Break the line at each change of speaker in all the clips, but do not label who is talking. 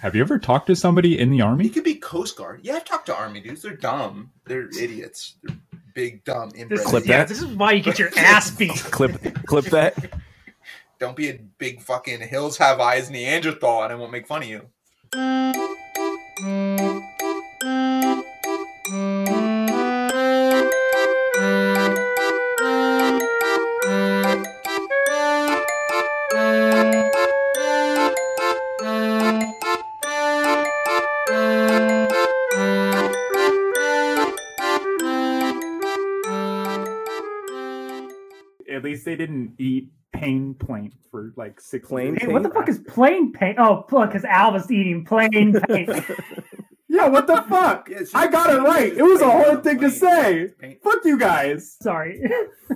Have you ever talked to somebody in the
He
army?
could be Coast Guard. Yeah, I've talked to Army dudes. They're dumb. They're idiots. They're big, dumb,
This,
inbred.
is-
Clip
idiots.
yeah,
that.
this is why you get your ass beat.
Clip, clip that.
Don't be a big fucking hills have eyes Neanderthal, and I won't make fun of you.
At least they didn't eat pain point for like six
Plain
years.
Hey, what the fuck is plain paint? Oh, because Al was eating plain paint.
Yeah, what the fuck?
Yeah, it's just-
I got it right. It was a hard thing to
Paint.
say.
Paint.
Fuck you guys.
Sorry.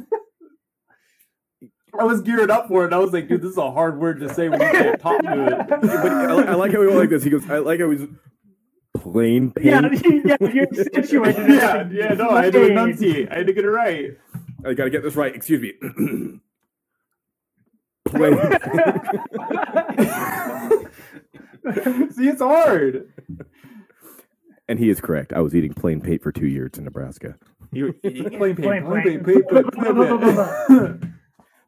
I was geared up for it. I was like, dude, this is a hard word to say when you can't talk to it.
But I, li- I like how he went like this. He goes, I like how he's plain
yeah,
paint.
yeah, you're situated.
Yeah, yeah, no, I had to
Plain.
enunciate. I had to get it right.
I gotta get this right. Excuse me. plain.
See, it's hard.
and he is correct. I was eating plain paint for two years in Nebraska.
You, plain paint, plain
Plain paint.
paint, plain paint, plain paint.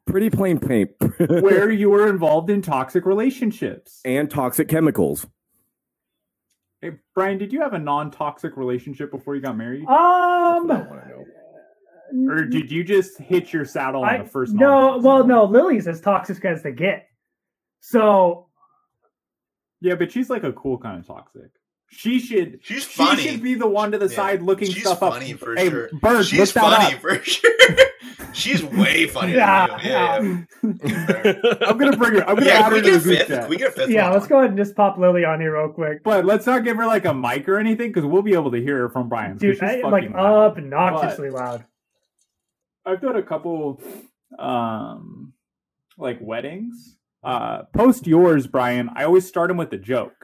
Pretty plain paint.
Where you were involved in toxic relationships.
and toxic chemicals.
Hey, Brian, did you have a non-toxic relationship before you got married,
Um,
want to know.
or did you just hit your saddle on
Mm-hmm. I,
the first?
no,
non-toxic
well,
one?
no, Lily's as toxic as they get. So
Yeah, but she's like a cool kind of toxic. She should.
She's
She
funny.
should be the one to the
Yeah.
side looking
She's
stuff
funny
up.
for
hey,
sure.
Bird,
She's
look that
funny
up.
for sure. She's way funnier than you. Yeah, yeah. yeah.
I'm gonna bring her. I'm gonna
Yeah,
add
can
her
we
to
get a
the group
fifth?
chat.
Can we get a fifth?
yeah,
one?
let's go ahead and just pop Lily on here real quick,
But let's not give her like a mic or anything because we'll be able to hear her from Brian's. 'cause
dude.
she's
I,
fucking
like
loud.
obnoxiously loud.
I've done a couple um like weddings. Uh post yours, Brian. I always start them with a joke.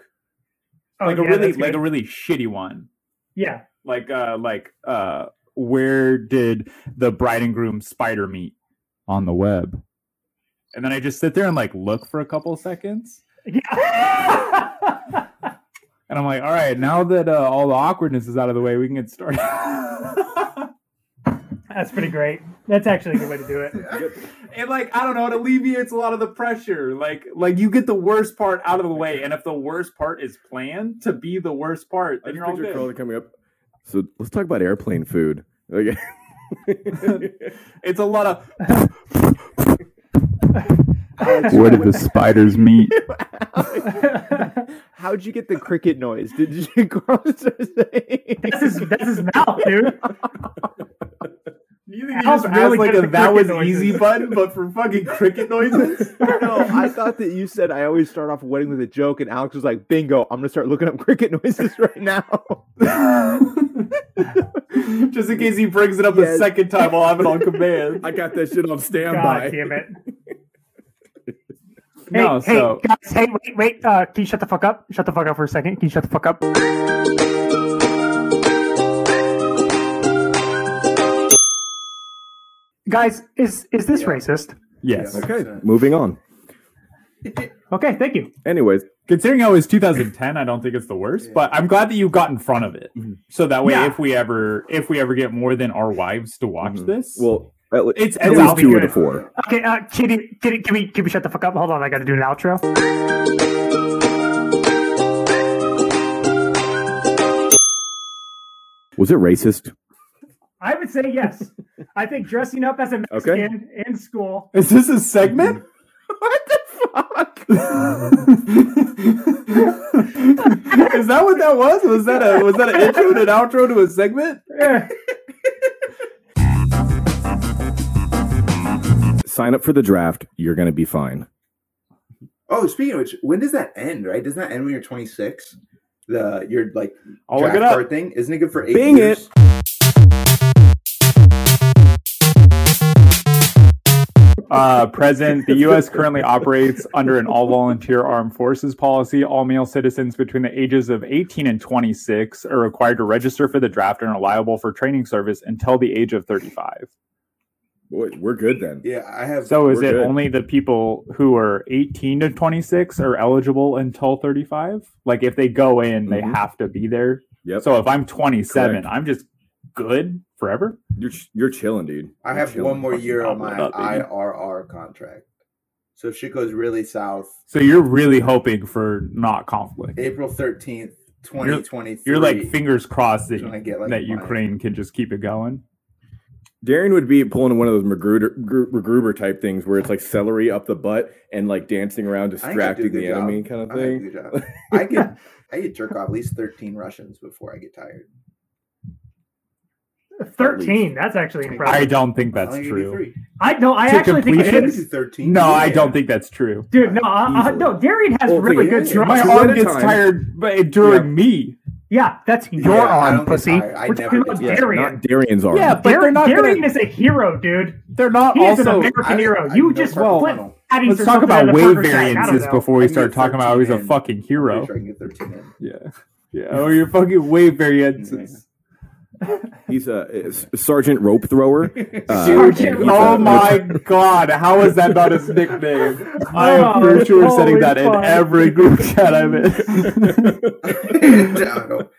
Oh,
Like
yeah,
a really
that's good.
like a really shitty one.
yeah.
Like uh like uh where did the bride and groom spider meet on the web? And then I just sit there and like look for a couple seconds.
Yeah.
And I'm like, all right, now that uh, all the awkwardness is out of the way, we can get started.
That's pretty great. That's actually a good way to do it.
and like, I don't know, it alleviates a lot of the pressure. Like, like you get the worst part out of the way, and if the worst part is planned to be the worst part,
I
then
just
you're all
picture
good.
Colin coming up. So let's talk about airplane food. Okay.
It's a lot of
Where did the spiders meet?
How'd you get the cricket noise? Did you cross
That's his, that's his mouth, dude.
you think he
Al's
just has
really
like
good
a
at the
that was
cricket noises.
easy button, but for fucking cricket noises.
No, I thought that you said I always start off a wedding with a joke, and Alex was like, "Bingo! I'm gonna start looking up cricket noises right now."
just in case he brings it up a
Yes.
second time, I'll have it on command.
I got that shit on
God
standby.
damn it. Hey,
no,
hey,
so
guys, hey, wait, wait. Uh, can you shut the fuck up? Shut the fuck up for a second. Can you shut the fuck up? Guys, is is this racist?
yes.
Okay, moving on.
Okay, thank you.
Anyways,
Considering how it was 2010, I don't think it's the worst, but I'm glad that you got in front of it.
Mm-hmm.
So that way,
Yeah.
if we ever if we ever get more than our wives to watch
Mm-hmm.
Mhm.
this,
well, at le-
it's
at
it's
I'll
least
be
two of the
good.
four.
Okay, uh, Kitty, Kitty, can we can we shut the fuck up? Hold on, I got to do an outro.
Was it racist?
I would say yes. I think dressing up as a
Okay.
Mexican in school.
is this a segment?
what the fuck?
is that what that was? Was that a was that an intro and an outro to a segment?
Eh,
Sign up for the draft. You're gonna be fine.
Oh, speaking of which, when does that end? Right? Doesn't that end when you're 26? The your like
I'll look
draft
it up.
card thing isn't it good for eight
Bing
years?
it.
Uh, present, the U.S. currently operates under an all-volunteer armed forces policy. All male citizens between the ages of 18 and 26 are required to register for the draft and are liable for training service until the age of 35.
Boy, we're good then.
Yeah, I have.
So is
We're
it
good.
only the people who are 18 to 26 are eligible until 35? Like if they go in, they
Mhm.
have to be there.
Yep.
So if I'm 27,
Correct.
I'm just good forever.
You're you're chilling, dude.
I
You're
have
chilling.
one more year on my
Fucking up, baby.
IRR contract. So if shit goes really south,
So you're really hoping for not conflict.
April thirteenth, twenty twenty three.
You're like fingers crossed that,
get
that
my-
Ukraine can just keep it going.
Darren would be pulling one of those Magruder, Gru- MacGruber type things where it's like celery up the butt and like dancing around,
I think I do a
distracting
good
the
job.
enemy kind
I
of
think I do a
thing.
good job. I could I could jerk off at least thirteen Russians before I get tired.
Thirteen. That's actually
I
impressive.
don't think
I
that's
only could do
true.
three.
I no. I
To
actually think
I
completion?
could
it's
do thirteen.
No, I
Yeah.
don't think that's true.
dude. No, I, I, no. Darian has
Well,
really
yeah,
good
yeah.
strong.
My
Two
arm
at a
gets
time.
tired but during me.
Yeah, that's your
Yeah, I
arm,
don't get
pussy.
tired. I
We're talking
never
about
get
Yeah,
Darian.
not Darian's arm.
Yeah, but they're
Darian,
not
Darian
gonna,
is a hero, dude.
they're not
He is an
also
American
I-
hero.
I
you
know
just
purple
flip
funnel.
patties
Let's
or
talk
something out
about
of the
wave
pervert bag. I don't
variances
know.
before we
I mean,
start talking about who's a
13
fucking
I'm
hero.
pretty sure I can get thirteen in.
Yeah. Yeah. Oh, your fucking wave variances.
he's a, a s- sergeant rope thrower. Uh,
Sergeant
and he's
oh
a-
my god. How is that not his nickname? I am
Oh,
for sure setting
holy
that in
fuck.
every group chat I'm in.
I don't-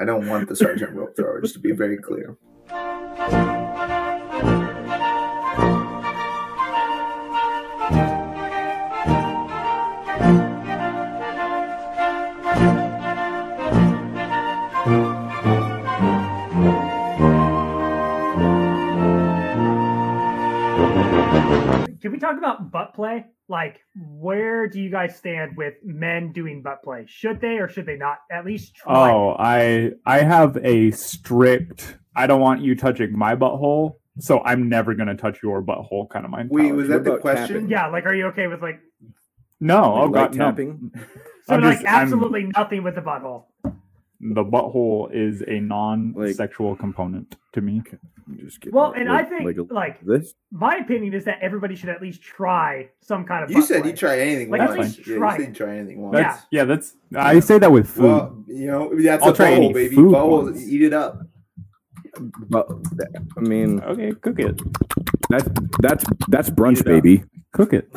I don't want the sergeant rope thrower. Just to be very clear.
Can we talk about butt play? Like, where do you guys stand with men doing butt play? Should they or should they not? At least try.
Oh, I I have a strict I don't want you touching my butthole, so I'm never gonna touch your butthole kind of mind.
Wait, was
What
that the
about
question?
tapping?
Yeah, like, are you okay with like,
No, oh
Like light
god, no.
tapping?
so
I'm
like
just- I'm-
absolutely nothing with the butthole?
The butthole is a non-sexual component to me.
I'm just kidding.
Well, and I
Like-
think like,
like this.
my opinion is that everybody should at least try some kind of.
You
butt
said
play.
you tried anything
Like,
at
once.
least
yeah,
try
you
it.
said you tried anything once.
That's yeah, that's I say that with food.
Well, you know that's
I'll
a
try
bowl,
any
baby.
food
Bowl,
once.
eat it up.
But, I mean,
okay, cook it.
That's that's that's
Eat
brunch,
it up.
baby.
Cook it.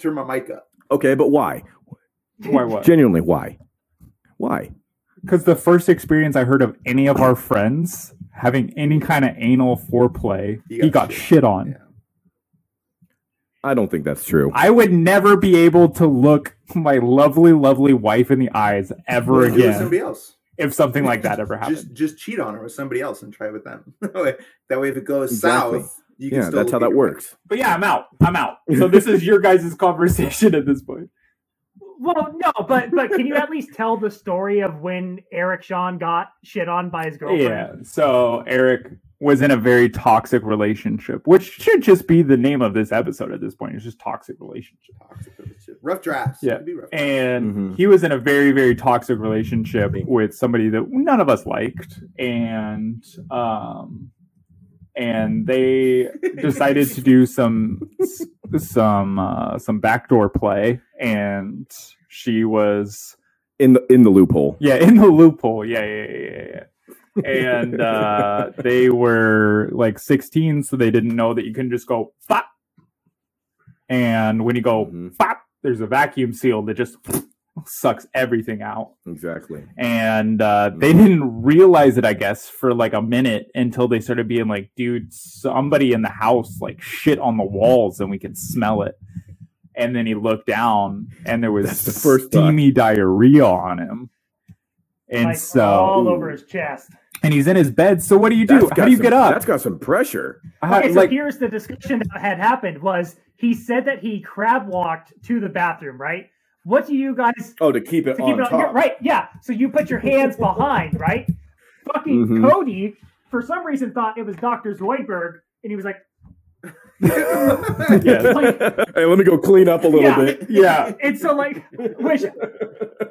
Turn my mic up.
Okay, but why?
Why what?
Genuinely, why? Why?
Because the first experience I heard of any of our friends having any kind of anal foreplay,
He
he
got
got,
shit.
shit. on.
Yeah.
I don't think that's true.
I would never be able to look my lovely, lovely wife in the eyes ever
Do it with
again
somebody else.
if something like that ever happened.
Just just cheat on her with somebody else and try it with them. that way that way if it goes
Exactly.
south, you can
yeah,
still
that's how
look at
that
your
works.
But yeah, I'm out. I'm out. So this is your guys' conversation at this point.
Well, no, but but can you at least tell the story of when Eric Sean got shit on by his girlfriend?
Yeah. So Eric was in a very toxic relationship, which should just be the name of this episode at this point. It's just toxic relationship.
toxic relationship. Rough drafts.
Yeah.
It could be rough drafts.
And
Mhm.
he was in a very, very toxic relationship with somebody that none of us liked. And um and they decided to do some s- some uh some backdoor play and she was
in the in the loophole.
Yeah, in the loophole. Yeah, yeah, yeah, yeah. yeah. and uh, they were like 16, so they didn't know that you can just go fop. And when you go
Mhm.
fop, there's a vacuum seal that just sucks everything out.
Exactly.
And uh, they didn't realize it, I guess, for like a minute until they started being like, dude, somebody in the house like shit on the walls and we could smell it. And then he looked down and there was
That's the first thought.
steamy diarrhea on him. And
like, oh.
so
all over his chest.
and he's in his bed. So what do you do? How do you get up?
That's got some pressure.
How-
okay, so
like,
here's the discussion that had happened was he said that he crab walked to the bathroom, right? What do you guys
Oh, to keep it
to
on
keep it on,
top.
yeah, right? Yeah. So you put your hands behind, right? Fucking
Mm-hmm.
Mhm.
Cody, for some reason, thought it was Doctor Zoidberg, and he was like,
yeah.
like
Hey, let me go clean up a little
Yeah.
bit.
yeah.
and so like, which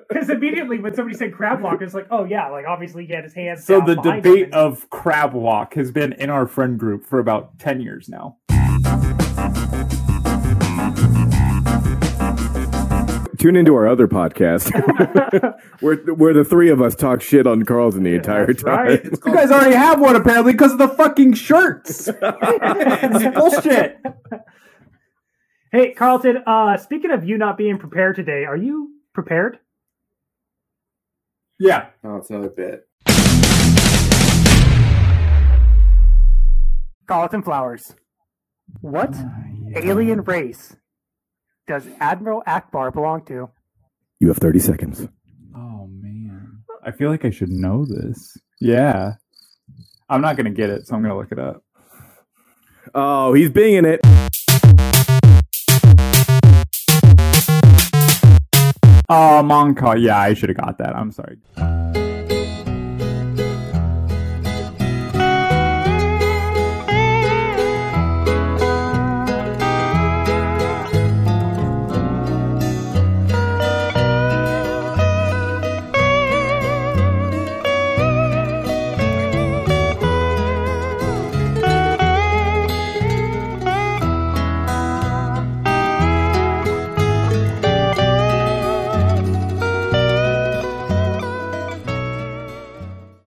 because immediately when somebody said crab walk, it's like, oh yeah, like obviously he had his hands.
So
down
the
behind him,
debate
and-
of crab walk has been in our friend group for about 10 years now.
tune into our other podcast where where the three of us talk shit on Carlton the entire
That's
time.
right.
It's
You
called,
guys already have one apparently because of the fucking shirts. It's bullshit.
Hey, Carlton, uh, speaking of you not being prepared today, are you prepared?
Yeah.
oh, it's another bit.
Carlton Flowers. What alien race does Admiral Akbar belong to?
You have 30 seconds.
Oh man, I feel like I should know this. Yeah, I'm not gonna get it, so I'm gonna look it up.
Oh, he's binging it.
Uh, Oh, Monka. Yeah, I should have got that. I'm sorry.